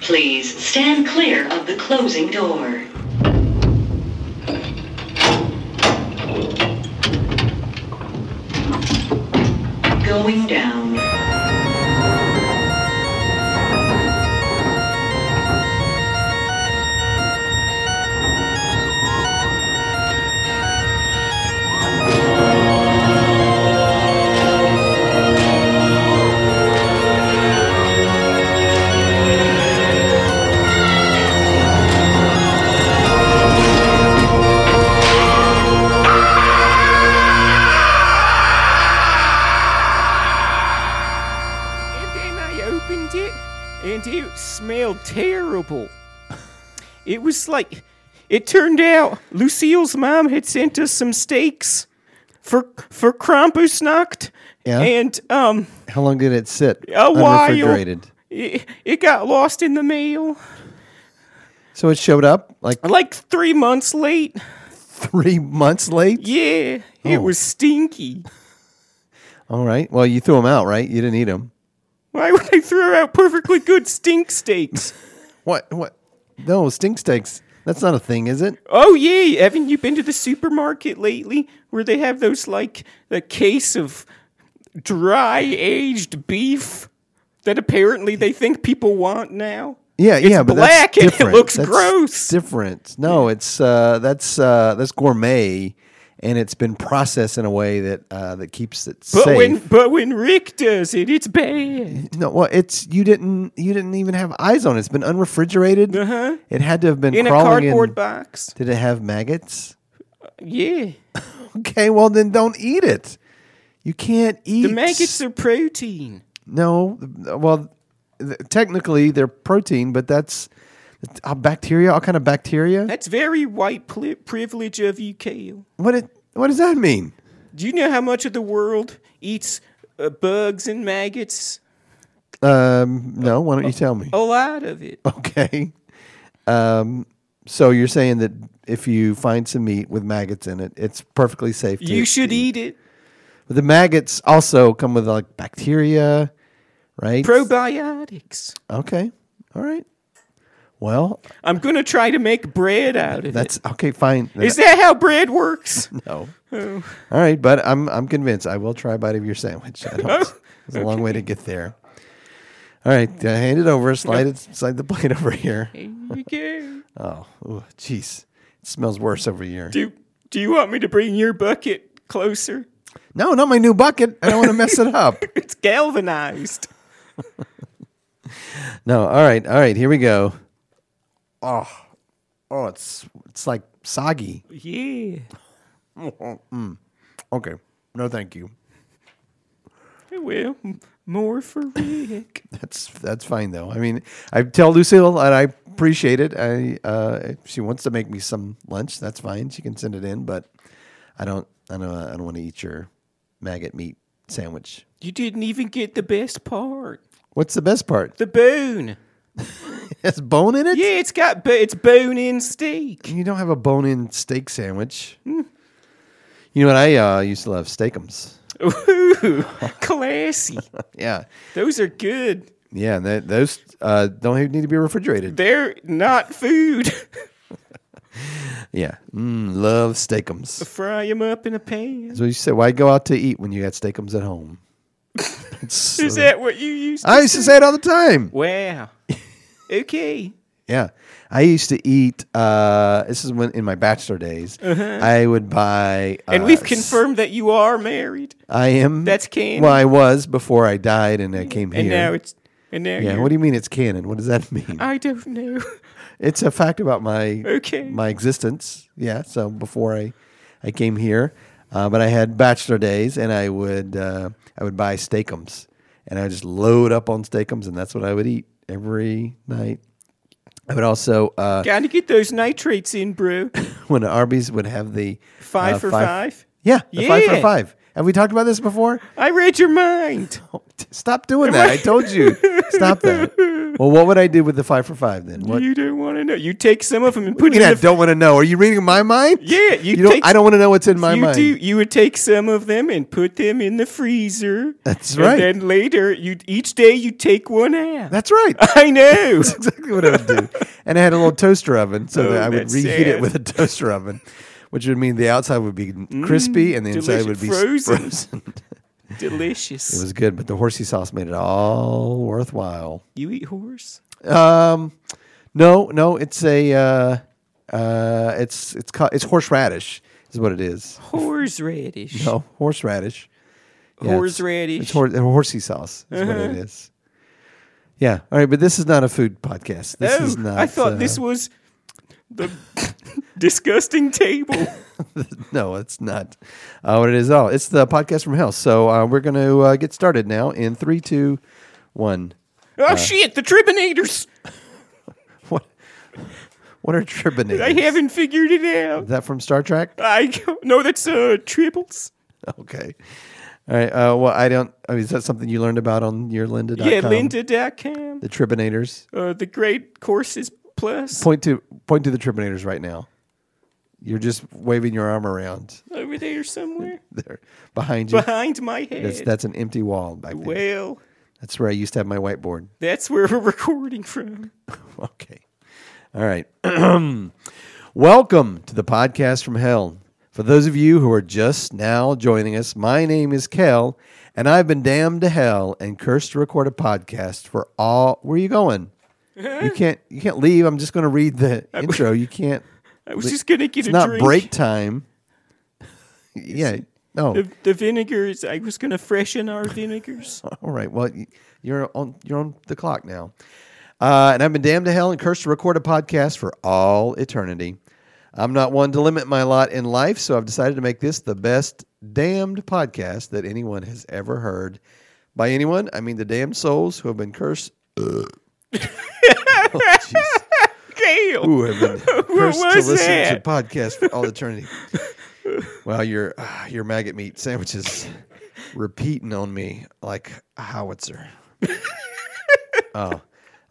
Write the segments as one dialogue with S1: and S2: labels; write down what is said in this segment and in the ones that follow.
S1: Please stand clear of the closing door. Going down.
S2: And then I opened it, and it smelled terrible. It was like, it turned out Lucille's mom had sent us some steaks for for Krampusnacht,
S3: Yeah.
S2: and um,
S3: How long did it sit?
S2: A while.
S3: Unrefrigerated.
S2: it, it got lost in the mail.
S3: So it showed up like
S2: Like three months late.
S3: three months late.
S2: Yeah, it was stinky.
S3: All right. Well, you threw them out, right? You didn't eat them.
S2: Why would I throw out perfectly good stink steaks?
S3: What? What? No, stink steaks. That's not a thing, is it?
S2: Oh yeah, haven't you been to the supermarket lately where they have those like a case of dry aged beef that apparently they think people want now?
S3: Yeah,
S2: It's
S3: yeah, but
S2: black
S3: that's
S2: and it
S3: different.
S2: looks
S3: That's
S2: gross.
S3: Different. No, it's uh, that's uh, that's gourmet, and it's been processed in a way that uh, that keeps it
S2: But
S3: safe.
S2: when but when Rick does it, it's bad.
S3: no, well, it's you didn't you didn't even have eyes on it. It's been unrefrigerated.
S2: Uh-huh.
S3: It had to have been
S2: In a
S3: crawling
S2: cardboard
S3: in.
S2: box.
S3: Did it have maggots?
S2: Yeah.
S3: Okay, well then don't eat it. You can't eat
S2: The maggots are protein.
S3: No, th- well, th- technically they're protein, but that's uh, bacteria, all kind of bacteria.
S2: That's very white pli privilege of you, Kale.
S3: What it, what does that mean?
S2: Do you know how much of the world eats uh, bugs and maggots?
S3: Um, no, why don't you tell me?
S2: A lot of it.
S3: Okay. Um, so you're saying that if you find some meat with maggots in it, it's perfectly safe. To
S2: You should eat it.
S3: But the maggots also come with like bacteria, right?
S2: Probiotics.
S3: okay. All right. Well,
S2: I'm gonna try to make bread out of
S3: that's okay. Fine.
S2: it. Is that how bread works?
S3: No. All right, but I'm I'm convinced. I will try a bite of your sandwich. I don't, it's a long way to get there. All right, uh, hand it over. Slide it. Slide the plate over here.
S2: Here you go.
S3: Oh, ooh, jeez, it smells worse over here.
S2: Do Do you want me to bring your bucket closer?
S3: No, not my new bucket. I don't want to mess it up.
S2: It's galvanized.
S3: No. All right. All right. Here we go. Oh, oh, it's it's like soggy.
S2: Yeah.
S3: Okay. No, thank you.
S2: Well, m- more for Rick.
S3: That's that's fine though. I mean, I tell Lucille and I appreciate it. I uh, if she wants to make me some lunch, that's fine. She can send it in, but I don't. I don't. I don't want to eat your maggot meat sandwich.
S2: you didn't even get the best part.
S3: What's the best part?
S2: The bone.
S3: It has bone in it.
S2: Yeah, it's got but it's bone in steak.
S3: You don't have a bone-in steak sandwich. You know what? I uh, used to love steakums.
S2: Ooh, classy.
S3: Yeah,
S2: Those are good.
S3: yeah. and that- those uh, don't even need to be refrigerated.
S2: They're not food.
S3: yeah, mm, love steakums.
S2: Fry them up in a pan.
S3: So you said, why go out to eat when you got steakums at home? It's-
S2: Is that what you used to
S3: I used to say it all the time.
S2: Wow. okay.
S3: Yeah, I used to eat. Uh, this is when in my bachelor days, I would buy. Uh,
S2: Uh-huh. And we've
S3: s-
S2: confirmed that you are married,
S3: I am.
S2: that's canon.
S3: Well, I was before I died and I came
S2: and
S3: here.
S2: now it's and now
S3: yeah.
S2: you're,
S3: What do you mean it's canon? What does that mean?
S2: I don't know.
S3: it's a fact about my
S2: Okay.
S3: my existence. Yeah. So before I I came here, uh, but I had bachelor days, and I would uh, I would buy steakums, and I would just load up on steakums, and that's what I would eat every night. I would also uh,
S2: Got to get those nitrates in, bro.
S3: when Arby's would have the
S2: Five
S3: uh,
S2: for five.
S3: Yeah, the Uh, five for
S2: Yeah.
S3: five. I Have we talked about this before? Oh,
S2: I read your mind.
S3: Stop doing that. I told you. Stop that. Well, what would I do with the five for five then? What?
S2: You don't want to know. You take some of them and
S3: What
S2: put
S3: do you
S2: it
S3: mean
S2: in
S3: I
S2: the
S3: don't want to know. Are you reading my mind?
S2: Yeah, you
S3: You don't,
S2: take-
S3: I don't want to know what's in my
S2: you
S3: mind.
S2: do. You would take some of them and put them in the freezer.
S3: That's right.
S2: And then later, you each day you take one out.
S3: That's right.
S2: I know.
S3: That's exactly what I would do. And I had a little toaster oven, so
S2: Oh,
S3: that I would
S2: that's
S3: reheat it
S2: sad.
S3: with a toaster oven, which would mean the outside would be crispy and the
S2: Mm,
S3: inside
S2: delicious.
S3: would be
S2: Frozen.
S3: frozen. It
S2: Delicious.
S3: was good, but the horsey sauce made it all worthwhile.
S2: you eat horse?
S3: Um, no, no, it's a uh, uh, it's it's ca- it's horseradish is what it is.
S2: Horseradish.
S3: No, horseradish. Yeah, it's-
S2: Horseradish. Uh-huh.
S3: It's, hor- uh, horsey sauce is what it is. Yeah. All right, but this is not a food podcast. This
S2: oh,
S3: is not.
S2: I thought
S3: uh,
S2: this was the disgusting table.
S3: uh, No, it's not uh, what it is at all. It's the podcast from hell. So uh, we're going to uh, get started now in three, two, one.
S2: Oh
S3: Uh,
S2: shit! The Tribinators.
S3: What? What are tribinators?
S2: I haven't figured it out.
S3: Is that from Star Trek?
S2: I no, that's uh, tribbles.
S3: Okay. All right. Uh, well, I don't. I mean, is that something you learned about on your Lynda.com?
S2: Yeah, Lynda.com.
S3: The tribinators.
S2: Uh, the Great Courses Plus
S3: Point to point to the tribinators right now. You're just waving your arm around
S2: over there somewhere
S3: there behind you.
S2: behind my head.
S3: That's that's an empty wall back there.
S2: well,
S3: That's where I used to have my whiteboard.
S2: that's where we're recording from.
S3: Okay. All right. Welcome to the podcast from hell. For those of you who are just now joining us, my name is Kel, and I've been damned to hell and cursed to record a podcast for all. Where are you going? you can't. You can't leave. I'm just going to read the intro. You can't.
S2: I was just gonna get
S3: It's
S2: a
S3: not
S2: drink.
S3: break time. yeah. No.
S2: The, the vinegars. I was gonna freshen our vinegars.
S3: All right. Well, y- you're on you're on the clock now. Uh, and I've been damned to hell and cursed to record a podcast for all eternity. I'm not one to limit my lot in life, so I've decided to make this the best damned podcast that anyone has ever heard. By anyone, I mean the damned souls who have been cursed. oh, jeez.
S2: Gail,
S3: Who have been cursed to
S2: was
S3: listen
S2: that?
S3: to podcasts for all eternity. well, your ah, your maggot meat sandwiches repeating on me like a howitzer. oh,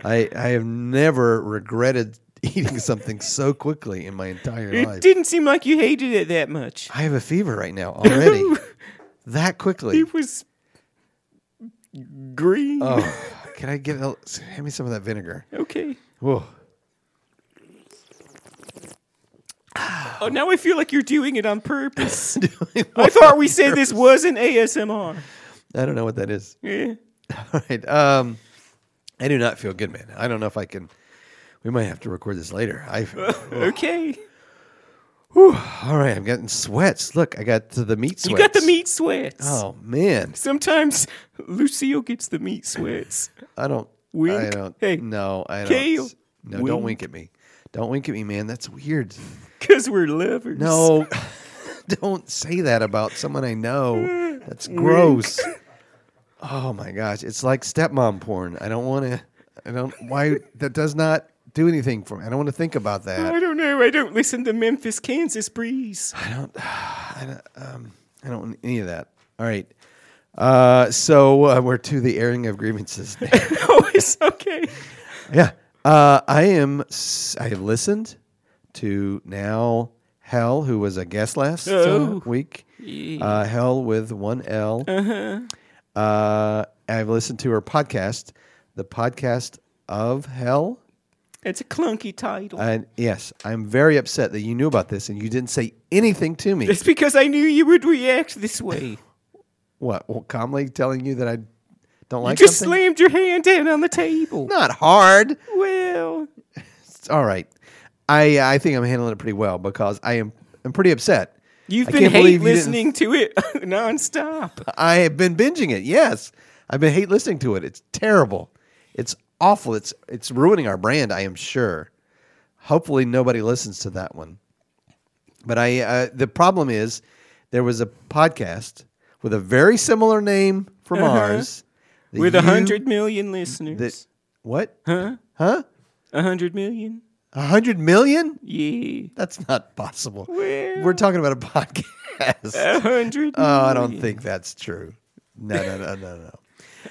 S3: I I have never regretted eating something so quickly in my entire
S2: it
S3: life.
S2: didn't seem like you hated it that much.
S3: I have a fever right now already. that quickly.
S2: It was green.
S3: Oh, can I get a, hand me some of that vinegar?
S2: okay.
S3: Whoa.
S2: Oh, now I feel like you're doing it on purpose. I thought we said this wasn't ASMR.
S3: I don't know what that is.
S2: Yeah.
S3: All right. Um, I do not feel good, man. I don't know if I can. We might have to record this later. I
S2: Okay.
S3: all right. I'm getting sweats. Look, I got to the meat sweats.
S2: You got the meat sweats.
S3: Oh man,
S2: Sometimes Lucille gets the meat sweats.
S3: I don't. I
S2: Wink.
S3: don't.
S2: Hey.
S3: no, I don't.
S2: Kale.
S3: No, don't wink at me. Don't wink at me, man. That's weird.
S2: Because we're lovers.
S3: No, don't say that about someone I know. That's gross. Oh my gosh, it's like stepmom porn. I don't want to. I don't. Why that does not do anything for me. I don't want to think about that.
S2: I don't know. I don't listen to Memphis, Kansas Breeze.
S3: I don't want any of that. All right. Uh, so uh, we're to the airing of grievances.
S2: oh, it's okay.
S3: yeah. Uh, I am. s- I have listened to now Hell, who was a guest last uh,
S2: Oh.
S3: week. Uh, Hell with one L. Uh-huh. Uh, I've listened to her podcast, the podcast of Hell.
S2: It's a clunky title.
S3: And yes, I'm very upset that you knew about this and you didn't say anything to me.
S2: it's because I knew you would react this way.
S3: What? Well, calmly telling you that I don't
S2: You
S3: like
S2: just
S3: something.
S2: slammed your hand down on the table.
S3: Not hard.
S2: Well,
S3: It's all right. I I think I'm handling it pretty well because I am I'm pretty upset.
S2: you've
S3: I
S2: been
S3: can't believe
S2: hate
S3: you didn't-
S2: listening to it nonstop.
S3: I have been binging it. Yes, I've been hate listening to it. It's terrible. It's awful. It's it's ruining our brand. I am sure. Hopefully, nobody listens to that one. But I uh, the problem is there was a podcast with a very similar name from ours that
S2: Uh-huh. With
S3: you-
S2: a hundred million listeners.
S3: that what
S2: Huh?
S3: huh
S2: A hundred million?
S3: a hundred million.
S2: Yeah.
S3: That's not possible.
S2: Well-
S3: We're talking about a podcast. yes.
S2: A hundred.
S3: Oh, I don't think that's true. No, no, no, no, no.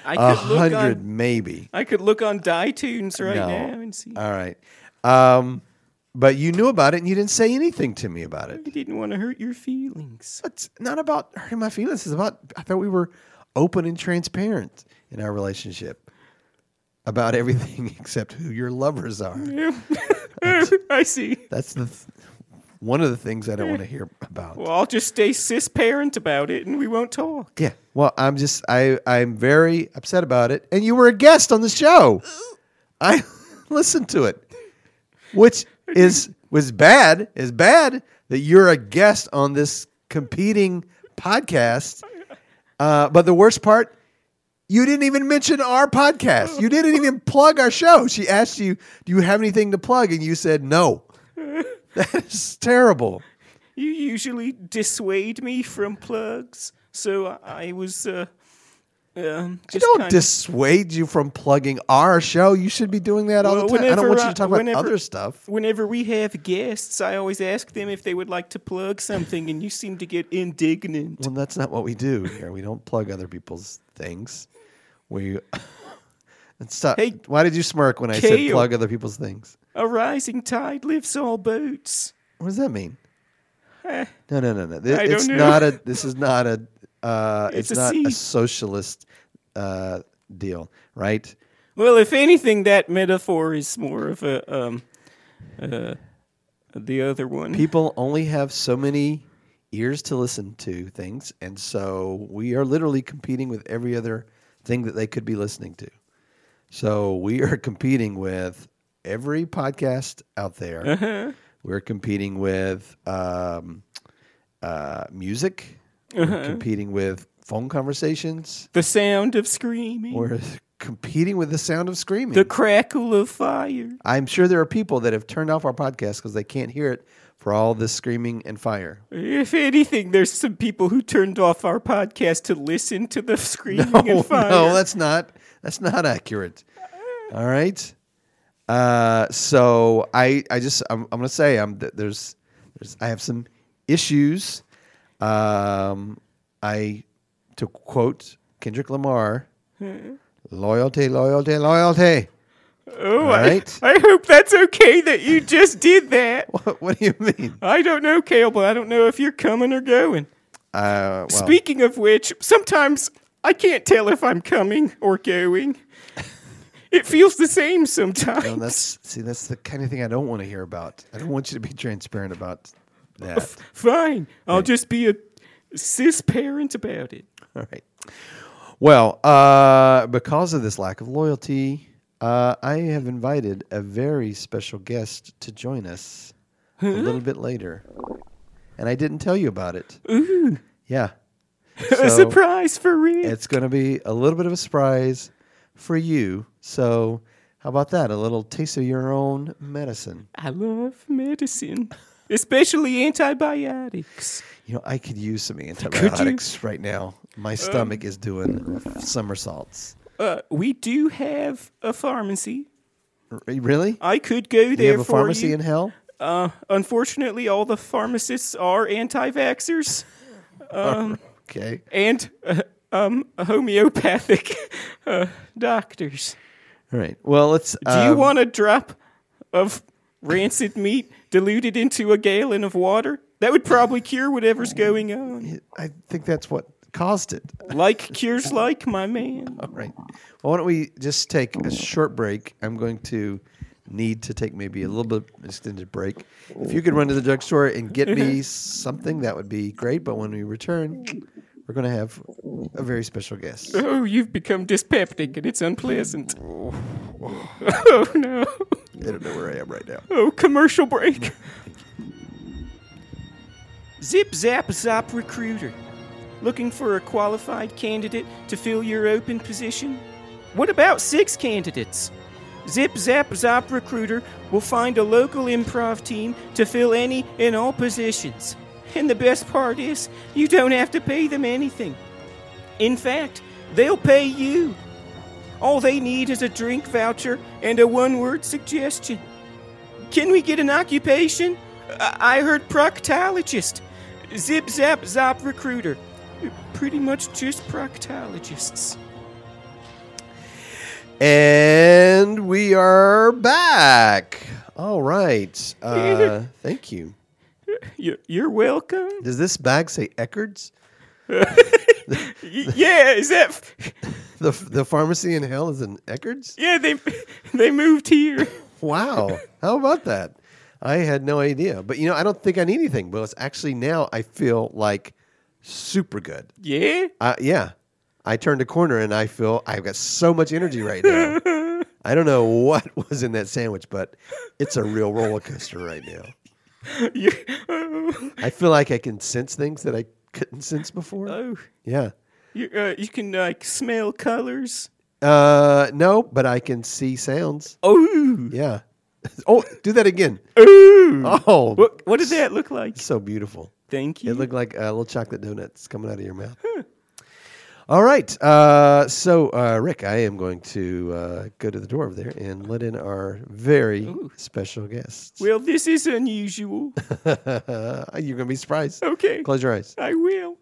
S2: I
S3: A
S2: could look
S3: hundred,
S2: on.
S3: maybe.
S2: I could look on iTunes right
S3: no. Uh,
S2: now and see.
S3: All right. Um, but you knew about it and you didn't say anything to me about it.
S2: I didn't want to hurt your feelings.
S3: It's not about hurting my feelings. It's about, I thought we were open and transparent in our relationship about everything except who your lovers are.
S2: I see.
S3: That's the th- one of the things I don't want to hear about.
S2: Well, I'll just stay cis parent about it, and we won't talk.
S3: yeah. Well, I'm just I I'm very upset about it. And you were a guest on the show. I listened to it, which is was bad. Is bad that you're a guest on this competing podcast. Uh, but the worst part. You didn't even mention our podcast. You didn't even plug our show. She asked you, "Do you have anything to plug?" and you said no. That is terrible.
S2: You usually dissuade me from plugs, so I I was. Uh, um,
S3: I
S2: just
S3: don't
S2: kinda-
S3: dissuade you from plugging our show. You should be doing that all
S2: Well,
S3: the time. I don't
S2: whenever
S3: want you
S2: I-
S3: to talk about
S2: whenever-
S3: other stuff.
S2: Whenever we have guests, I always ask them if they would like to plug something, and you seem to get indignant.
S3: Well, that's not what we do here. We don't plug other people's things. We and stop.
S2: Hey,
S3: Why did you smirk when I said
S2: Kale.
S3: plug other people's things?
S2: A rising tide lifts all boats.
S3: What does that mean? No, no, no, no. Th-
S2: Eh. I don't
S3: it's
S2: know.
S3: not a. This is not a. Uh, it's,
S2: It's a
S3: not a
S2: sea.
S3: socialist uh, deal, right?
S2: Well, if anything, that metaphor is more of a um, uh, the other one.
S3: people only have so many ears to listen to things and so we are literally competing with every other thing that they could be listening to so we are competing with every podcast out there we're competing with um, uh, music we're competing with phone conversations
S2: the sound of screaming,
S3: we're competing with the sound of screaming
S2: the crackle of fire.
S3: i'm sure there are people that have turned off our podcast because they can't hear it for all this screaming and fire
S2: If anything, there's some people who turned off our podcast to listen to the screaming
S3: no,
S2: and fire.
S3: Oh, no, that's not that's not accurate. All right. Uh, so I I just I'm, I'm gonna say I'm th- there's there's I have some issues. Um, I to quote Kendrick Lamar, loyalty, loyalty, loyalty.
S2: oh,
S3: right.
S2: I, I hope that's okay that you just did that.
S3: What, what do you mean?
S2: I don't know, Cable. I don't know if you're coming or going.
S3: Uh, well,
S2: Speaking of which, sometimes I can't tell if I'm coming or going. it feels the same sometimes.
S3: no, that's see that's the kind of thing I don't want to hear about. I don't want you to be transparent about that.
S2: Fine. I'll just be a cis parent about it.
S3: All right. Well, uh, because of this lack of loyalty, uh, I have invited a very special guest to join us a little bit later, and I didn't tell you about it. Ooh. Yeah.
S2: a
S3: So
S2: surprise for real.
S3: It's going to be a little bit of a surprise for you. So, how about that? A little taste of your own medicine.
S2: I love medicine, especially antibiotics.
S3: You Um. know, I could use some antibiotics right now. My stomach is doing somersaults.
S2: Uh, we do have a pharmacy.
S3: R- really?
S2: I could go
S3: Do you
S2: there
S3: have a
S2: for
S3: pharmacy
S2: you.
S3: in hell?
S2: uh, unfortunately, all the pharmacists are anti-vaxxers
S3: Okay.
S2: and uh, um, homeopathic uh, doctors.
S3: All right. Well, let's. um,
S2: Do you want a drop of rancid meat diluted into a gallon of water? That would probably cure whatever's going on.
S3: I think that's what caused it.
S2: Like cures like, my man.
S3: All right. Well, why don't we just take a short break? I'm going to need to take maybe a little bit of extended break. If you could run to the drugstore and get me something, that would be great. But when we return, we're going to have a very special guest.
S2: Oh, you've become dyspeptic and it's unpleasant. Oh no.
S3: I don't know where I am right now.
S2: Oh, commercial break. Zip Zap Zop Recruiter. Looking for a qualified candidate to fill your open position? What about six candidates? Zip Zap Zop Recruiter will find a local improv team to fill any and all positions. And the best part is, you don't have to pay them anything. In fact, they'll pay you. All they need is a drink voucher and a one word suggestion. Can we get an occupation? I I heard proctologist. Zip Zap Zop Recruiter. Pretty much just proctologists.
S3: And we are back. All right. Uh, thank you.
S2: You're, you're welcome.
S3: Does this bag say Eckerd's?
S2: Y- yeah, is that. F-
S3: The, the pharmacy in hell is an Eckerd's?
S2: yeah, they they moved here.
S3: Wow. How about that? I had no idea. But you know, I don't think I need anything, But it's Actually, now I feel like super good.
S2: Yeah?
S3: Uh, yeah. I turned a corner and I feel I've got so much energy right now. I don't know what was in that sandwich, but it's a real roller coaster right now.
S2: you oh.
S3: I feel like I can sense things that I couldn't sense before.
S2: oh,
S3: Yeah.
S2: you, uh, you can like smell colors.
S3: Uh, no, but I can see sounds.
S2: Oh,
S3: Yeah. Oh, do that again.
S2: ooh.
S3: Oh,
S2: What, what did that look like?
S3: so beautiful.
S2: Thank you.
S3: It looked like uh, little chocolate donuts coming out of your mouth. All right. Uh, so, uh, Rick, I am going to uh, go to the door over there and let in our very special guest.
S2: well, this is unusual.
S3: You're going to be surprised.
S2: Okay.
S3: Close your eyes.
S2: I will.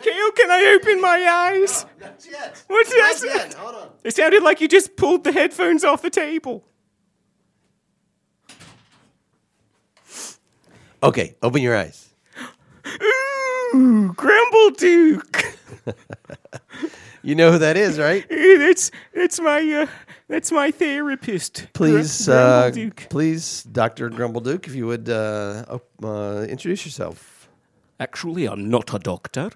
S2: Kale, can I open my eyes?
S3: Not yet.
S2: What's that?
S3: Hold on.
S2: It sounded like you just pulled the headphones off the table.
S3: Okay. Open your eyes.
S2: Ooh, Grumble Duke.
S3: You know who that is, right?
S2: That's that's my uh, that's my therapist. Gr-
S3: Please,
S2: Grumble
S3: uh,
S2: Duke.
S3: please, Doctor Grumble Duke, if you would uh, op- uh, introduce yourself.
S4: Actually, I'm not a doctor.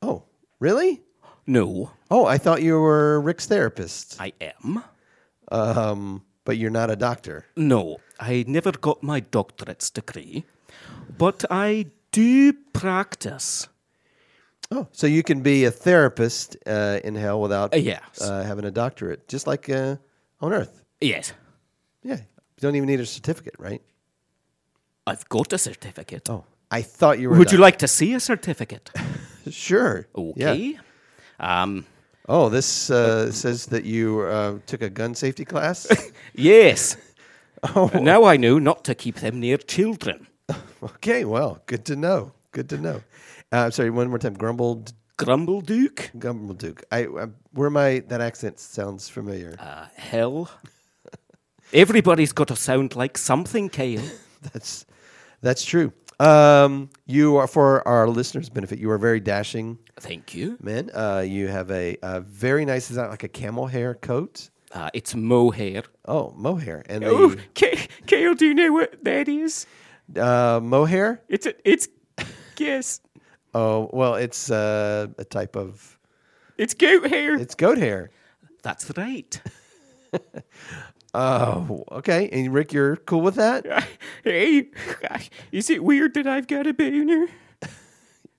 S3: Oh, really?
S4: No,
S3: Oh, I thought you were Rick's therapist,
S4: I am.
S3: um, but you're not a doctor.
S4: No, I never got my doctorate's degree, but I do practice.
S3: Oh, so you can be a therapist uh, in hell without
S4: Uh, yes.
S3: uh, having a doctorate, just like uh, on Earth.
S4: Yes,
S3: Yeah, you don't even need a certificate, right?
S4: I've got a certificate.
S3: Oh, I thought you were. a
S4: Would you
S3: doc-
S4: like to see a certificate?
S3: Sure. Yeah.
S4: Okay. Um,
S3: Oh, this uh, says that you uh, took a gun safety class.
S4: yes. Oh. Now I know not to keep them near children.
S3: okay, well, good to know. Good to know. Uh, I'm sorry. One more time, grumbled.
S4: Grumble Duke?
S3: Grumble Duke. I, I where my that accent sounds familiar.
S4: Uh, hell. Everybody's got to sound like something, Kale.
S3: That's that's true. Um, you are for our listeners' benefit. You are very dashing
S4: Thank you.
S3: men. Uh, you have a, a very nice. Is that like a camel hair coat?
S4: Uh, it's mohair.
S3: Oh, mohair and
S2: Ooh,
S3: the
S2: K- Kale, do you know what that is?
S3: uh, mohair.
S2: It's a, it's yes,
S3: Oh, well, it's uh, a type of
S2: it's goat hair.
S3: it's goat hair.
S4: That's right.
S3: Oh, okay. And Rick, you're cool with that?
S2: hey, is it weird that I've got a boner?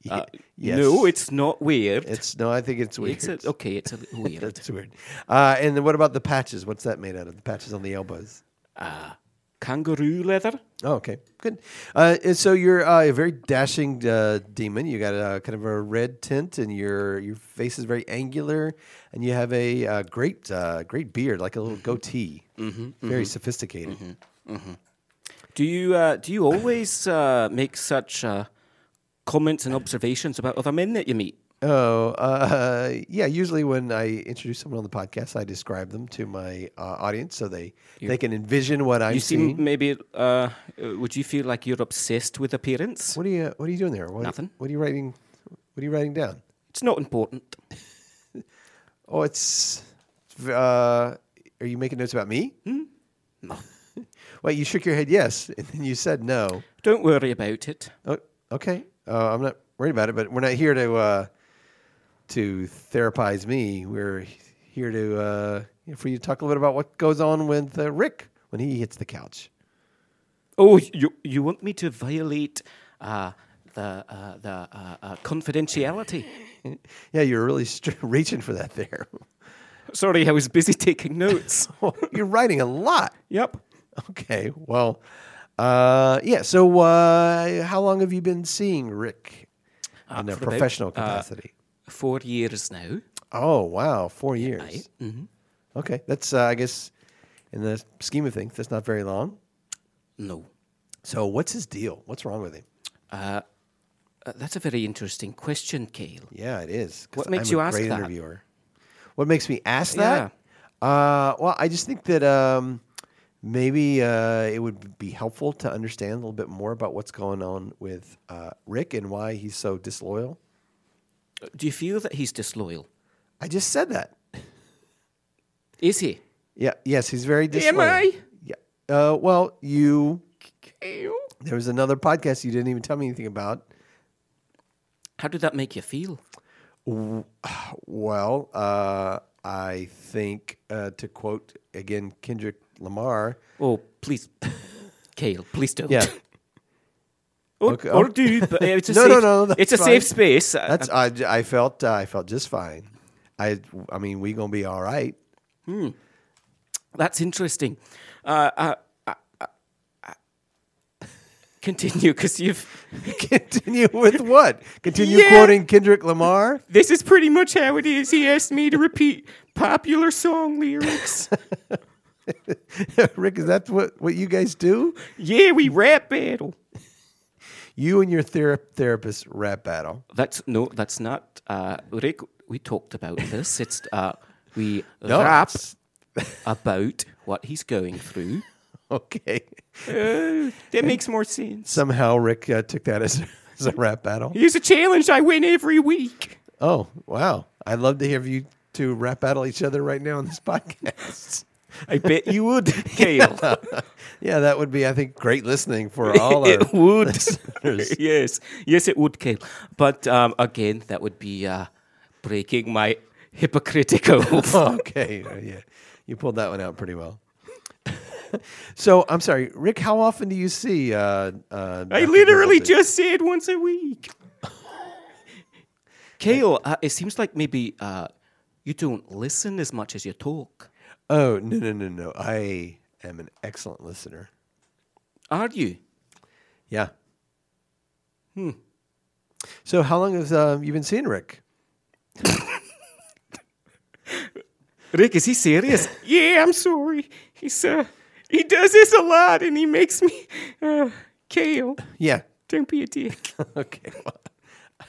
S3: Y-
S4: Uh, No, it's not weird.
S3: it's no. I think it's weird.
S4: It's a, okay. It's a little weird.
S3: That's weird. Uh, and then what about the patches? What's that made out of? The patches on the elbows.
S4: Kangaroo leather.
S3: Oh, okay, good. Uh, and so you're uh, a very dashing uh, demon. You got a kind of a red tint, and your your face is very angular, and you have a uh, great uh, great beard, like a
S4: Mm-hmm.
S3: little goatee. very sophisticated.
S4: Do you uh, do you always uh, make such uh, comments and observations about other men that you meet?
S3: Oh, uh, yeah. Usually, when I introduce someone on the podcast, I describe them to my uh, audience so they they can envision what I'm
S4: You
S3: seeing.
S4: seem maybe. Uh, uh, would you feel like you're obsessed with appearance?
S3: what are you What are you doing there? What,
S4: Nothing.
S3: What are you writing? What are you writing down?
S4: It's not important.
S3: Oh, it's. Uh, are you making notes about me? No. Wait, you shook your head yes, and then you said no.
S4: Don't worry about it.
S3: Oh, okay. Uh, I'm not worried about it, but we're not here to uh, to therapize me. We're here to uh, for you to talk a little bit about what goes on with uh, Rick when he hits the couch.
S4: Oh, you you want me to violate uh, the uh, the uh, uh, confidentiality?
S3: Yeah, you're really str- reaching for that there.
S4: Sorry, I was busy taking notes.
S3: you're writing a lot.
S4: yep.
S3: Okay. Well, uh, yeah. So, uh, how long have you been seeing Rick in a
S4: for about,
S3: professional
S4: uh,
S3: capacity?
S4: Four years now.
S3: oh, wow, four years.
S4: mm-hmm.
S3: Okay, that's uh, I guess in the scheme of things, that's not very long.
S2: No.
S3: So what's his deal? What's wrong with him?
S2: Uh, that's a very interesting question, Cale.
S3: Yeah, it is. 'cause
S2: What makes
S3: I'm
S2: you
S3: a
S2: ask
S3: great
S2: that?
S3: interviewer? What makes me ask that? Uh, well, I just think that um, maybe uh, it would be helpful to understand a little bit more about what's going on with uh, Rick and why he's so disloyal.
S2: Uh, Do you feel that he's disloyal?
S3: I just said that.
S2: Is he?
S3: Yeah. Yes, he's very disloyal.
S5: I?
S3: Yeah. Uh, well, you.
S5: Ew.
S3: There was another podcast you didn't even tell me anything about.
S2: How did that make you feel?
S3: Well, uh, I think uh, to quote again Kendrick Lamar.
S2: Oh, please, Cale, please don't.
S3: Yeah.
S5: Or,
S3: Okay,
S5: or
S3: oh.
S5: do,
S2: uh,
S5: but it's a
S3: No,
S5: safe,
S3: no, no, that's
S5: It's a
S3: fine.
S5: safe space. Uh,
S3: That's I, I felt uh, I felt just fine. I I mean we gonna be all right.
S2: That's interesting. Uh, uh, uh, uh, uh, continue, because you've.
S3: Continue with what? Continue
S5: Yeah.
S3: quoting Kendrick Lamar.
S5: this is pretty much how it is. He asked me to repeat popular song lyrics.
S3: Rick, is that what, what you guys do?
S5: yeah, we rap battle.
S3: You and your thera- therapist rap battle.
S2: That's no, that's not. Uh, Rick, we talked about this. It's uh, we
S3: No,
S2: rap
S3: it's-
S2: about what he's going through.
S3: Okay.
S5: That makes more sense.
S3: Somehow Rick uh, took that as, as a rap battle.
S5: Here's a challenge I win every week.
S3: Oh wow! I'd love to hear you two rap battle each other right now on this podcast.
S5: I bet you would, Kale.
S3: yeah, that would be I think great listening for all our
S2: it would.
S3: listeners.
S2: yes, yes, it would, Kale. But um, again, that would be uh, breaking my hypocritical. oath.
S3: okay, yeah, you pulled that one out pretty well. so I'm sorry, Rick. How often do you see? Uh, uh,
S5: I literally just said once a week.
S2: Kale, uh, it seems like maybe uh, you don't listen as much as you talk.
S3: Oh no no no no! I am an excellent listener.
S2: Are you?
S3: Yeah. Hmm. So how long have um, you been seeing Rick?
S2: Rick, is he serious?
S5: Yeah, I'm sorry. He's uh, he does this a lot, and he makes me uh, Kale.
S3: Yeah.
S5: Don't be a dick.
S3: Okay. well,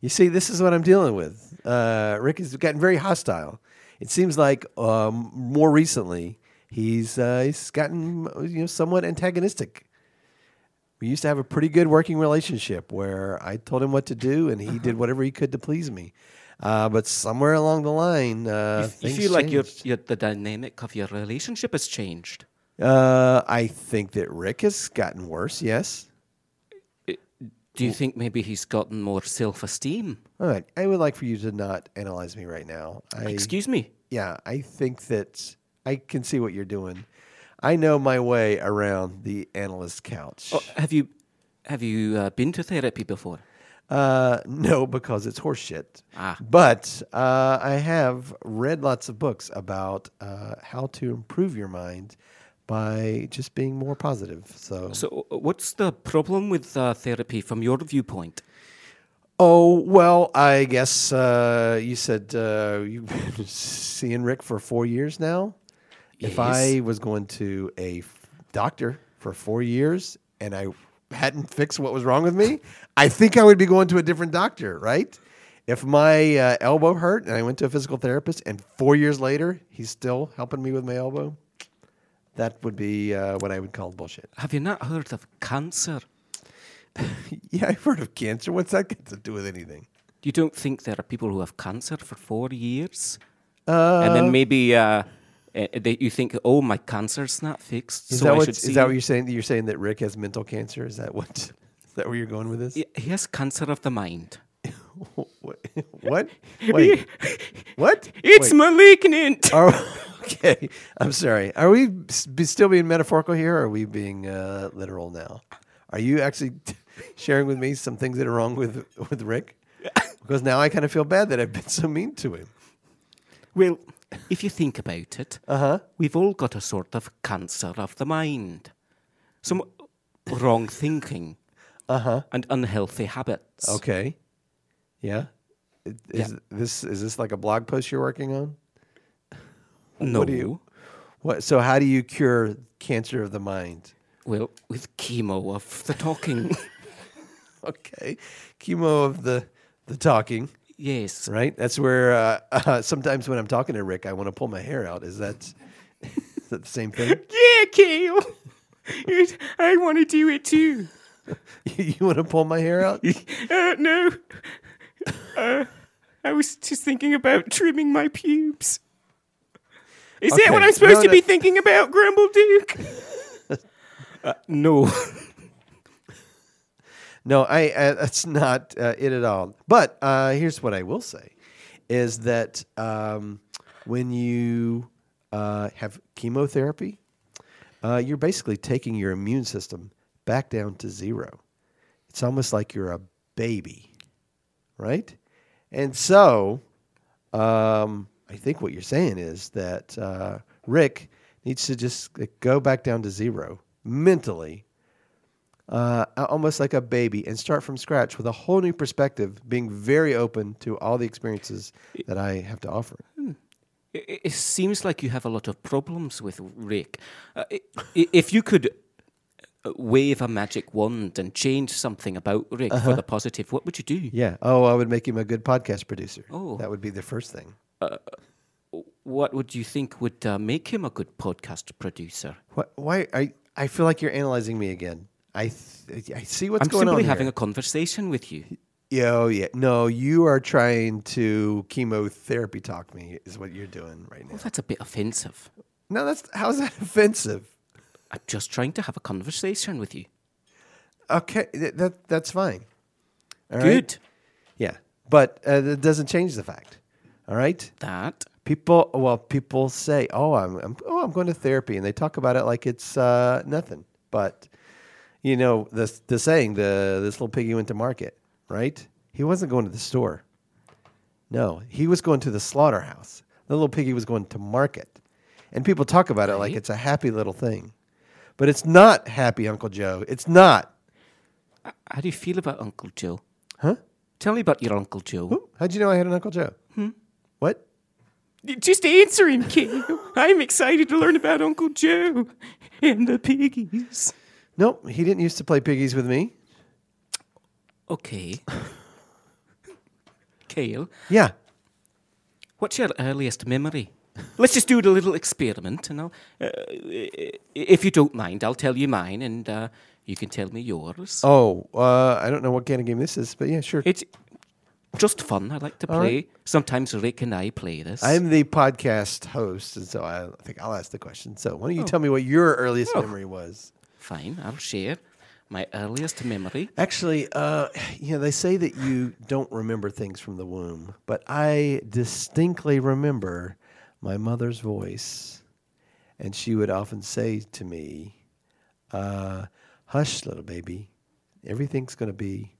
S3: you see, this is what I'm dealing with. Uh, Rick has gotten very hostile. It seems like um, more recently he's uh, he's gotten you know somewhat antagonistic. We used to have a pretty good working relationship where I told him what to do and he did whatever he could to please me. Uh, but somewhere along the line, uh,
S2: you
S3: things
S2: feel like your,
S3: changed.
S2: your, the dynamic of your relationship has changed.
S3: Uh, I think that Rick has gotten worse. Yes.
S2: Do you think maybe he's gotten more self esteem?
S3: All right. I would like for you to not analyze me right now. I,
S2: Excuse me.
S3: yeah, I think that I can see what you're doing. I know my way around the analyst couch.
S2: Oh, have you have you uh, been to therapy before?
S3: Uh, no, because it's horseshit.
S2: Ah.
S3: But uh, I have read lots of books about uh, how to improve your mind by just being more positive. So,
S2: So, uh, what's the problem with uh, therapy from your viewpoint?
S3: oh well, I guess uh, you said uh, you've been seeing Rick for four years now. If I was going to a f- doctor for four years and I hadn't fixed what was wrong with me, I think I would be going to a different doctor, right? If my uh, elbow hurt and I went to a physical therapist and four years later he's still helping me with my elbow, that would be uh, what I would call bullshit.
S2: Have you not heard of cancer?
S3: Yeah, I've heard of cancer. What's that got to do with anything?
S2: You don't think there are people who have cancer for four years, and then maybe uh, uh, they, you think, "Oh, my cancer's not fixed,
S3: Is,
S2: so
S3: that,
S2: I
S3: what,
S2: should see."
S3: is that what you're saying? You're saying that Rick has mental cancer? Is that what? Is that where you're going with this?
S2: Y- He has cancer of the mind.
S3: What? what? Wait. what?
S5: It's
S3: Wait.
S5: malignant.
S3: Are, okay, I'm sorry. Are we s- be still being metaphorical here? Or are we being uh, literal now? Are you actually t- sharing with me some things that are wrong with with Rick? Because now I kind of feel bad that I've been so mean to him.
S2: Well, if you think about it, uh-huh. we've all got a sort of cancer of the mind, some wrong thinking, uh-huh. and unhealthy habits.
S3: Okay. Yeah. Is this is this like a blog post you're working on?
S2: No,
S3: What do you? What? So how do you cure cancer of the mind?
S2: Well, with chemo of the talking.
S3: Okay, chemo of the the talking.
S2: yes.
S3: Right. That's where uh, uh, sometimes when I'm talking to Rick, I want to pull my hair out. Is that is that the same thing?
S6: Yeah, Kale. It- I want to do it too.
S3: you want to pull my hair out?
S6: Uh, no. Uh, I was just thinking about trimming my pubes. Is
S3: Okay,
S6: that what I'm supposed to
S3: no, no.
S6: be thinking about, Grumble Duke?
S3: Uh,
S2: No.
S3: No, I, I that's not uh, it at all. But uh, here's what I will say: is that um, when you uh, have chemotherapy, uh, you're basically taking your immune system back down to zero. It's almost like you're a baby, right? And so, um, I think what you're saying is that uh, Rick needs to just go back down to zero mentally uh, almost like a baby and start from scratch with a whole new perspective, being very open to all the experiences that I have to offer.
S2: It, it seems like you have a lot of problems with Rick. Uh, i- i- if you could uh, wave a magic wand and change something about Rick for the positive, what would you do?
S3: Uh-huh. Yeah. Oh, I would make him a good podcast producer.
S2: Oh.
S3: That would be the first thing.
S2: What would you think would uh, make him a good podcast producer?
S3: What, why? I, I feel like you're analyzing me again. I, th- I see what's
S2: I'm
S3: going on.
S2: simply having a conversation with you.
S3: here. Yeah, oh, yeah. No, you are trying to chemotherapy talk me, is what you're doing right now.
S2: Well, Oh, that's a bit offensive.
S3: No, that's how's that offensive?
S2: I'm just trying to have a conversation with you.
S3: Okay, th- that, that's fine. All right?
S2: Good.
S3: Yeah, but uh, that doesn't change the fact. All right,
S2: That.
S3: people. Well, people say, "Oh, I'm, I'm oh, I'm going to therapy," and they talk about it like it's uh, nothing. But you know the the saying, the this little piggy went to market. Right? He wasn't going to the store. No, he was going to the slaughterhouse. The little piggy was going to market, and people talk about it like it's a happy little thing, but it's not happy, Uncle Joe. It's not.
S2: How do you feel about Uncle Joe? Huh? Tell me about your Uncle Joe.
S6: Oh,
S3: How'd you know I had an Uncle Joe? Hmm? What?
S6: Just answer him, Kale. I'm excited to learn about Uncle Joe and the piggies.
S3: Nope, he didn't used to play piggies with me.
S2: Okay. Kale,
S3: Yeah.
S2: what's your earliest memory? Let's just do a little experiment, and I'll, uh, i- if you don't mind, I'll tell you mine, and uh, you can tell me yours.
S3: Oh, uh, I don't know what kind of game this is, but yeah, sure.
S2: It's just fun. I like to play. Sometimes Rick and I play this.
S3: I'm the podcast host, and so I think I'll ask the question. So why don't you tell me what your earliest memory was?
S2: Fine, I'll share my earliest memory.
S3: Actually, uh, you know, they say that you don't remember things from the womb, but I distinctly remember my mother's voice, and she would often say to me, uh, "Hush, little baby, everything's going to be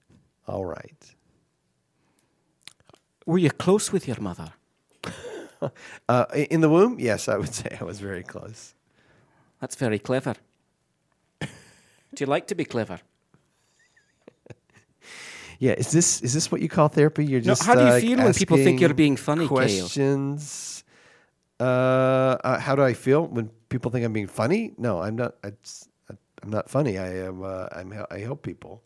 S3: all right."
S2: Were you close with your mother?
S3: Uh, i- in the womb, yes, I would say I was very close.
S2: That's very clever. Do you like to be clever?
S3: Yeah, is this is this what you call therapy? You're just
S2: how do you
S3: uh,
S2: feel when people think you're
S3: asking
S2: being funny, Kale?
S3: Questions. Uh, uh, how do I feel when people think I'm being funny? No, I'm not. I, I'm not funny. I am. Uh, I'm. hel- I help people.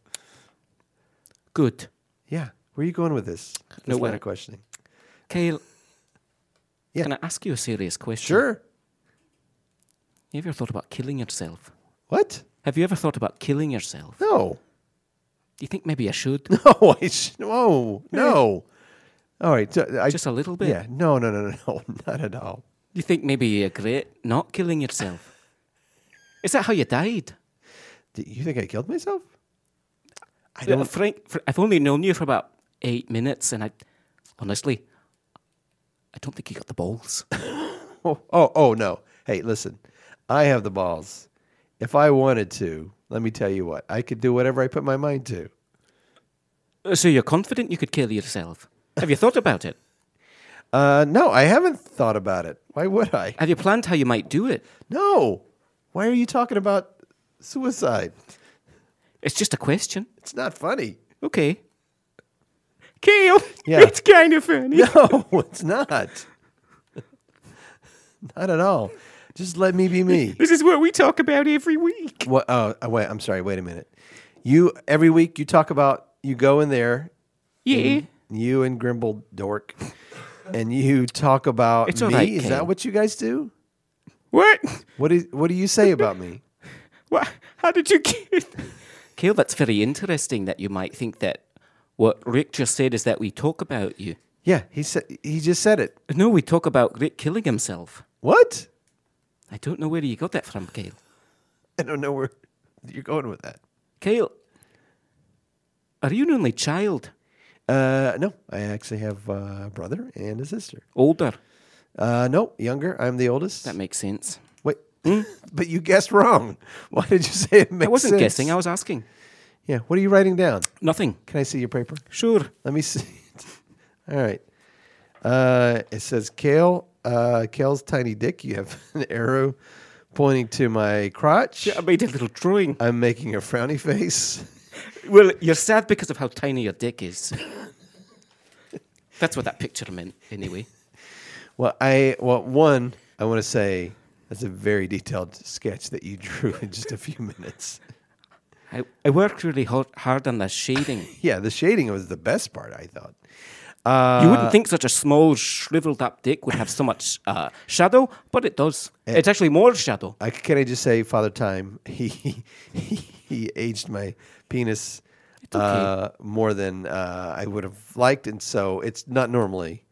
S2: Good.
S3: Yeah. Where are you going with this? This
S2: No,
S3: line
S2: where-
S3: of questioning.
S2: Kale,
S3: Yeah.
S2: can I ask you a serious question?
S3: Sure.
S2: Have you ever thought about killing yourself?
S3: What?
S2: Have you ever thought about killing yourself? Do
S3: No.
S2: you think maybe I should?
S3: No. I sh- no. No. All right. So I,
S2: Just a little bit?
S3: Yeah. No. No. No. No. No. Not at all.
S2: Do you think maybe you're great not killing yourself? Is that how you died?
S3: Do you think I killed myself? I
S2: Uh, Frank, Fr- I've only known you for about eight minutes, and I honestly, I don't think you got the balls.
S3: Oh, oh, oh no. Hey, listen. I have the balls. If I wanted to, let me tell you what. I could do whatever I put my mind to.
S2: Uh, so you're confident you could kill yourself? Have you thought about it?
S3: Uh, no, I haven't thought about it. Why would I?
S2: Have you planned how you might do it?
S3: No. Why are you talking about suicide?
S2: It's just a question.
S3: It's not funny.
S2: Okay.
S6: Kale,
S3: Yeah.
S6: it's kind of funny.
S3: No, it's not. not at all. Just let me be me.
S7: This is what we talk about every week.
S3: What? Oh, uh, wait. I'm sorry. Wait a minute. You every week you talk about you go in there.
S7: Yeah.
S3: You and Grimble dork, and you talk about
S2: It's all
S3: me.
S2: right,
S3: is
S2: Kane.
S3: that what you guys do?
S7: What?
S3: What is? What do you say about me?
S7: What? How did you get?
S2: Kale, that's very interesting that you might think that what Rick just said is that we talk about you.
S3: Yeah, he said. He just said it.
S2: No, we talk about Rick killing himself.
S3: What?
S2: I don't know where you got that from, Kale.
S3: I don't know where you're going with that.
S2: Kale, are you an only child?
S3: Uh, no, I actually have uh, a brother and a sister.
S2: Older?
S3: Uh, no, younger. I'm the oldest.
S2: That makes sense.
S3: Wait, hmm? but you guessed wrong. Why did you say it makes
S2: I wasn't
S3: sense?
S2: guessing, I was asking.
S3: Yeah. What are you writing down?
S2: Nothing.
S3: Can I see your paper?
S2: Sure.
S3: Let me see. All right. Uh, it says Kale. Uh, Kale's tiny dick. You have an arrow pointing to my crotch.
S2: I made a little drawing.
S3: I'm making a frowny face.
S2: Well, you're sad because of how tiny your dick is. That's what that picture meant, anyway.
S3: Well, I well one I want to say that's a very detailed sketch that you drew in just a few minutes.
S2: I, I worked really hard, hard on the shading.
S3: Yeah, the shading was the best part. I thought.
S2: you wouldn't think such a small, shriveled up dick would have so much uh, shadow, but it does. it's actually more shadow.
S3: I, can I just say, Father Time, he he, he aged my penis
S2: okay.
S3: uh, more than uh, I would have liked, and so it's not normally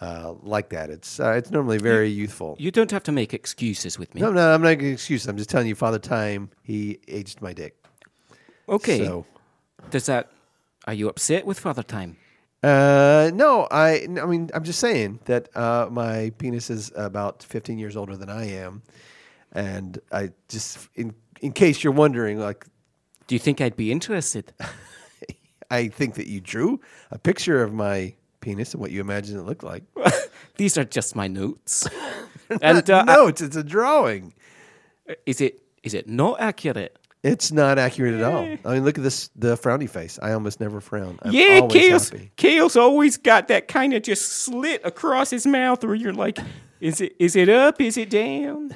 S3: uh, like that. It's uh, it's normally very youthful.
S2: You don't have to make excuses with me.
S3: no, no, I'm not gonna excuse. I'm just telling you, Father Time, he aged my dick.
S2: okay.
S3: So.
S2: Does that. Are you upset with Father Time?
S3: Uh, no, I, n- I mean, I'm just saying that uh, my penis is about 15 years older than I am, and I just, in in case you're wondering, like,
S2: Do you think I'd be interested?
S3: I think that you drew a picture of my penis and what you imagined it looked like.
S2: These are just my notes.
S3: And
S2: and uh,
S3: no, it's it's a drawing.
S2: I- is it is it not accurate?
S3: It's not accurate at all. I mean, look at this, the frowny face. I almost never frown. I'm
S7: yeah,
S3: always
S7: Kale's,
S3: happy.
S7: Kale's always got that kind of just slit across his mouth where you're like, is it is it up? Is it down?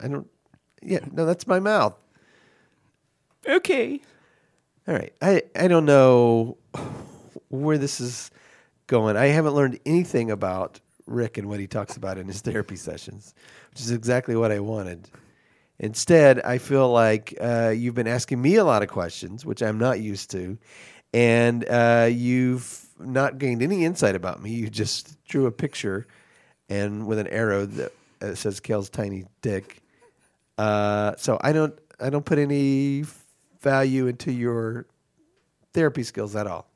S3: I don't. Yeah, no, that's my mouth.
S7: Okay.
S3: All right. I, I don't know where this is going. I haven't learned anything about Rick and what he talks about in his therapy sessions, which is exactly what I wanted. Instead, I feel like uh, you've been asking me a lot of questions, which I'm not used to, and uh, you've not gained any insight about me. You just drew a picture and with an arrow that uh, says Kale's tiny dick. Uh, so I don't I don't put any value into your therapy skills at all.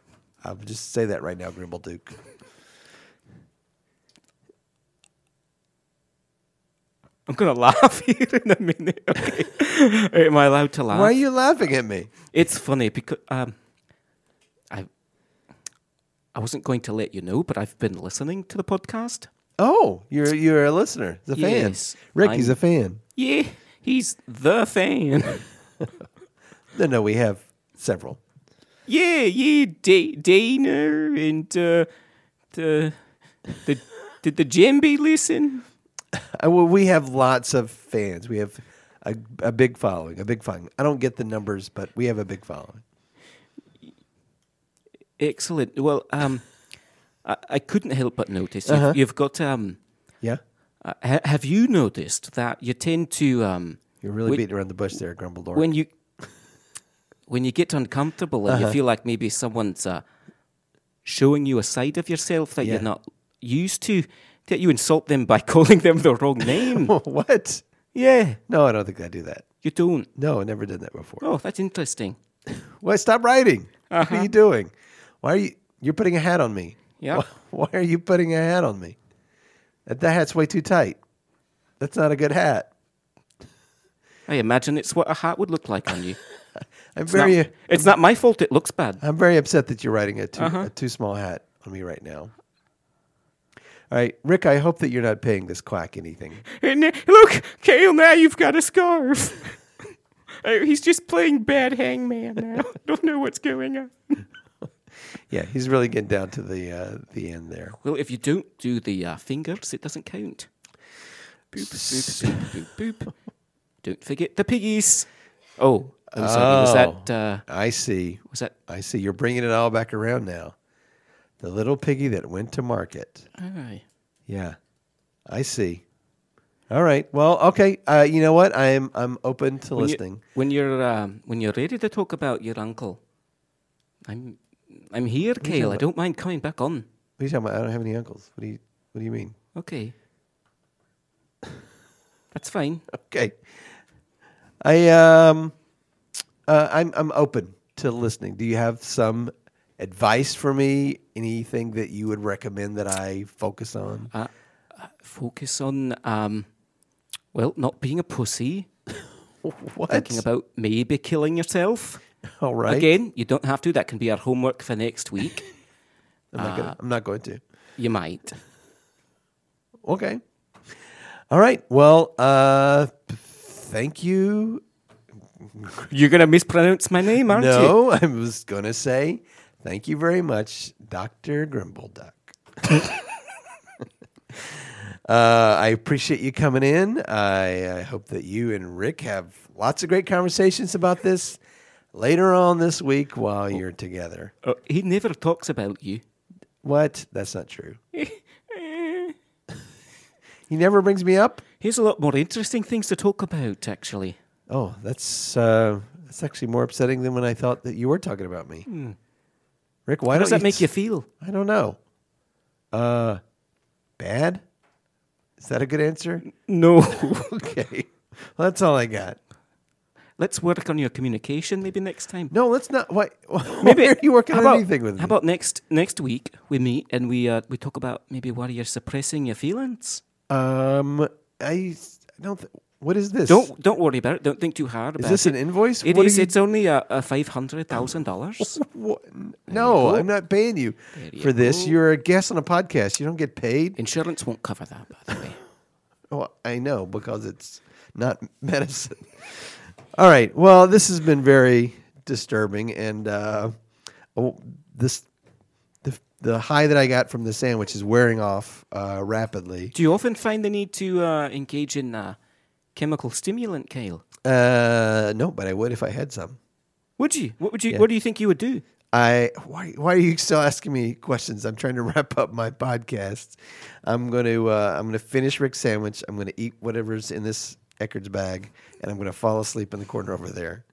S3: I'll just say that right now, Grimble Duke.
S7: I'm going to laugh here in a minute. Okay.
S2: Am I allowed to laugh?
S3: Why are you laughing at me?
S2: It's funny because um, I I wasn't going to let you know, but I've been listening to the podcast.
S3: Oh, you're you're a listener, the fan.
S2: Yes,
S3: Rick, he's
S2: I'm-
S3: a fan.
S7: Yeah, he's the fan.
S3: No, no, we have several.
S7: Yeah, yeah, da- Dana and uh, the the did the djembe listen?
S3: Uh, well, we have lots of fans. We have a, a big following, a big following. I don't get the numbers, but we have a big following.
S2: Excellent. Well, um, I, I couldn't help but notice
S7: Uh-huh.
S2: you've, you've got. Um,
S3: Yeah,
S2: uh, ha- have you noticed that you tend to um,
S3: you're really
S2: Wait.
S3: beating around the bush there, Grumble Dork.
S2: when you when you get uncomfortable
S7: Uh-huh.
S2: and you feel like maybe someone's uh, showing you a side of yourself that
S3: Yeah.
S2: you're not used to, that you insult them by calling them the wrong name.
S3: what?
S2: yeah,
S3: No, I don't think I do that.
S2: you don't.
S3: No, I never did that before.
S2: Oh, that's interesting.
S3: Why stop writing? What are you doing? Why are you you're putting a hat on me?
S2: Uh-huh. Yeah.
S3: Why, why are you putting a hat on me? That, that hat's way too tight. That's not a good hat.
S2: I imagine it's what a hat would look like on you.
S3: I'm
S2: It's not-
S3: very
S7: uh,
S2: it's not my fault. It looks bad.
S3: I'm very upset that you're writing a too,
S2: Uh-huh.
S3: a too small hat on me right now. All right, Rick, I hope that you're not paying this quack anything.
S7: And uh, look, Kale, now you've got a scarf. Uh, He's just playing bad hangman now. Don't know what's going on.
S3: Yeah, he's really getting down to the uh, the end there.
S2: Well, if you don't do the uh, fingers, it doesn't count. Boop, boop, boop, boop, boop. Don't forget the piggies. Oh, I'm sorry. Was
S3: Oh.
S2: that, uh,
S3: I see.
S2: was that,
S3: I see. You're bringing it all back around now. The little piggy that went to market.
S2: aye.
S3: Yeah, I see. All right. Well, okay. Uh, you know what? I'm I'm open to
S2: When you-
S3: listening.
S2: When you're um, when you're ready to talk about your uncle, I'm I'm here, Kale. I don't mind coming back on.
S3: What are you talking about? I don't have any uncles. What do you What do you mean?
S2: Okay. That's fine.
S3: Okay. I um, uh, I'm I'm open to listening. Do you have some advice for me? Anything that you would recommend that I focus on?
S2: Focus on um, well, not being a pussy.
S3: what?
S2: Thinking about maybe killing yourself.
S3: all right.
S2: Again, you don't have to. That can be our homework for next week.
S3: I'm not,
S2: uh,
S3: gonna, I'm not going to.
S2: you might.
S3: Okay. All right. Well, uh, thank you.
S2: You're gonna mispronounce my name, aren't you?
S3: No, I was going to say thank you very much, Dr. Grimbleduck. uh, I appreciate you coming in. I, I hope that you and Rick have lots of great conversations about this later on this week while you're together.
S2: Uh, he never talks about you.
S3: What? That's not true. he never brings me up.
S2: Here's a lot more interesting things to talk about, actually.
S3: Oh, that's uh, that's actually more upsetting than when I thought that you were talking about me, Rick. Why
S2: Hmm. How
S3: don't
S2: does that make
S3: s-
S2: you feel?
S3: I don't know. Uh, bad. Is that a good answer?
S2: No.
S3: okay, well, that's all I got.
S2: Let's work on your communication maybe next time.
S3: No, let's not. Why? Maybe are you working
S2: how
S3: on
S2: about-
S3: anything with
S2: How
S3: me?
S2: about next next week we meet and we uh, we talk about maybe why you're suppressing your feelings.
S3: um, I s- I don't. Th- what is this?
S2: Don't don't worry about it. Don't think too hard about
S3: Is this
S2: it.
S3: an invoice?
S2: It
S3: What are
S2: is.
S3: you- Oh.
S2: It's only a, a five hundred thousand dollars.
S3: What? No, I'm not paying you
S2: you
S3: for this.
S2: go.
S3: You're a guest on a podcast. You don't get paid.
S2: Insurance won't cover that, by the way.
S3: Oh, I know because it's not medicine. All right. Well, this has been very disturbing, and uh, oh, this the the high that I got from the sandwich is wearing off uh, rapidly.
S2: Do you often find the need to uh, engage in uh, chemical stimulant, Kyle?
S3: Uh, no, but I would if I had some.
S2: Would you? What would you? What do you think you would do?
S3: I why why are you still asking me questions? I'm trying to wrap up my podcast. I'm gonna uh, I'm gonna finish Rick's sandwich. I'm gonna eat whatever's in this Eckerd's bag, and I'm gonna fall asleep in the corner over there.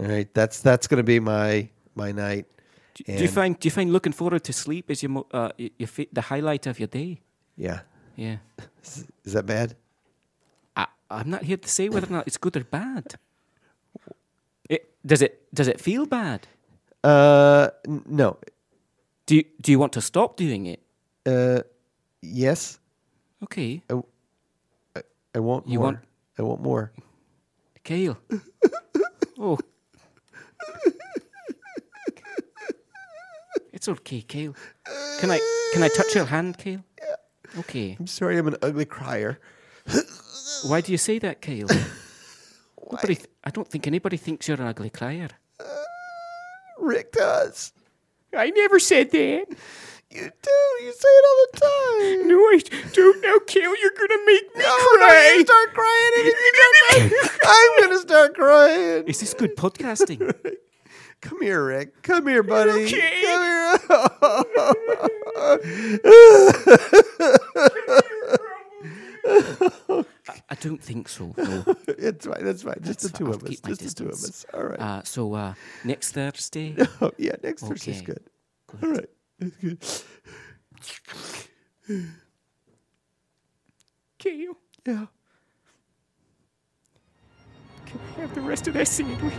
S3: All right, that's that's gonna be my my night.
S2: Do, do you
S3: And-
S2: find do you find looking forward to sleep is your, mo- uh, y- your fa- the highlight of your day?
S3: Yeah,
S2: Yeah.
S3: is, is that bad?
S2: I, I'm not here to say whether or not it's good or bad. It, does it does it feel bad?
S3: Uh, n- no.
S2: Do you, do you want to stop doing it?
S3: Uh, yes,
S2: Okay,
S3: I want more.
S2: You want-
S3: I want more.
S2: Kale. oh, it's okay, Kale. Can I can I touch your hand, Kale? Okay.
S3: I'm sorry, I'm an ugly crier.
S2: Why do you say that, Kale? Nobody. Th- I don't think anybody thinks you're an ugly crier.
S3: Rick does.
S8: I never said that.
S3: You do. You say it all the time.
S8: No, I don't know, Kale. You're going to make me
S3: Oh, no,
S8: cry.
S3: you start crying and you go back. I'm gonna start crying.
S2: Is this good podcasting?
S3: Come here, Rick. Come here, buddy.
S8: okay?
S3: Come here.
S2: I don't think so. No.
S3: it's fine. That's fine. Just the
S2: That's
S3: two
S2: fine.
S3: of
S2: I'll
S3: us.
S2: keep my
S3: Just the two of us.
S2: distance.
S3: All right.
S2: Uh, so uh, next Thursday.
S3: Oh, yeah. Next Thursday's
S2: okay.
S3: good. All right. That's good.
S8: Kale,
S3: Yeah.
S8: can I have the rest of that sandwich?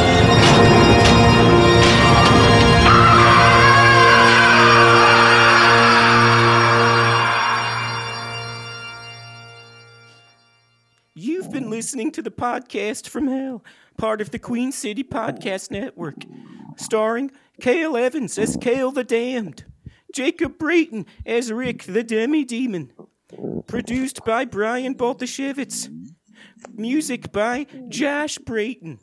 S9: Thank
S2: You've been listening to the podcast from hell, part of the Queen City Podcast Network, starring Cale Evans as Cale the Damned, Jacob Brayton as Rick the Demi Demon, produced by Brian Baltashevitz, music by Josh Brayton.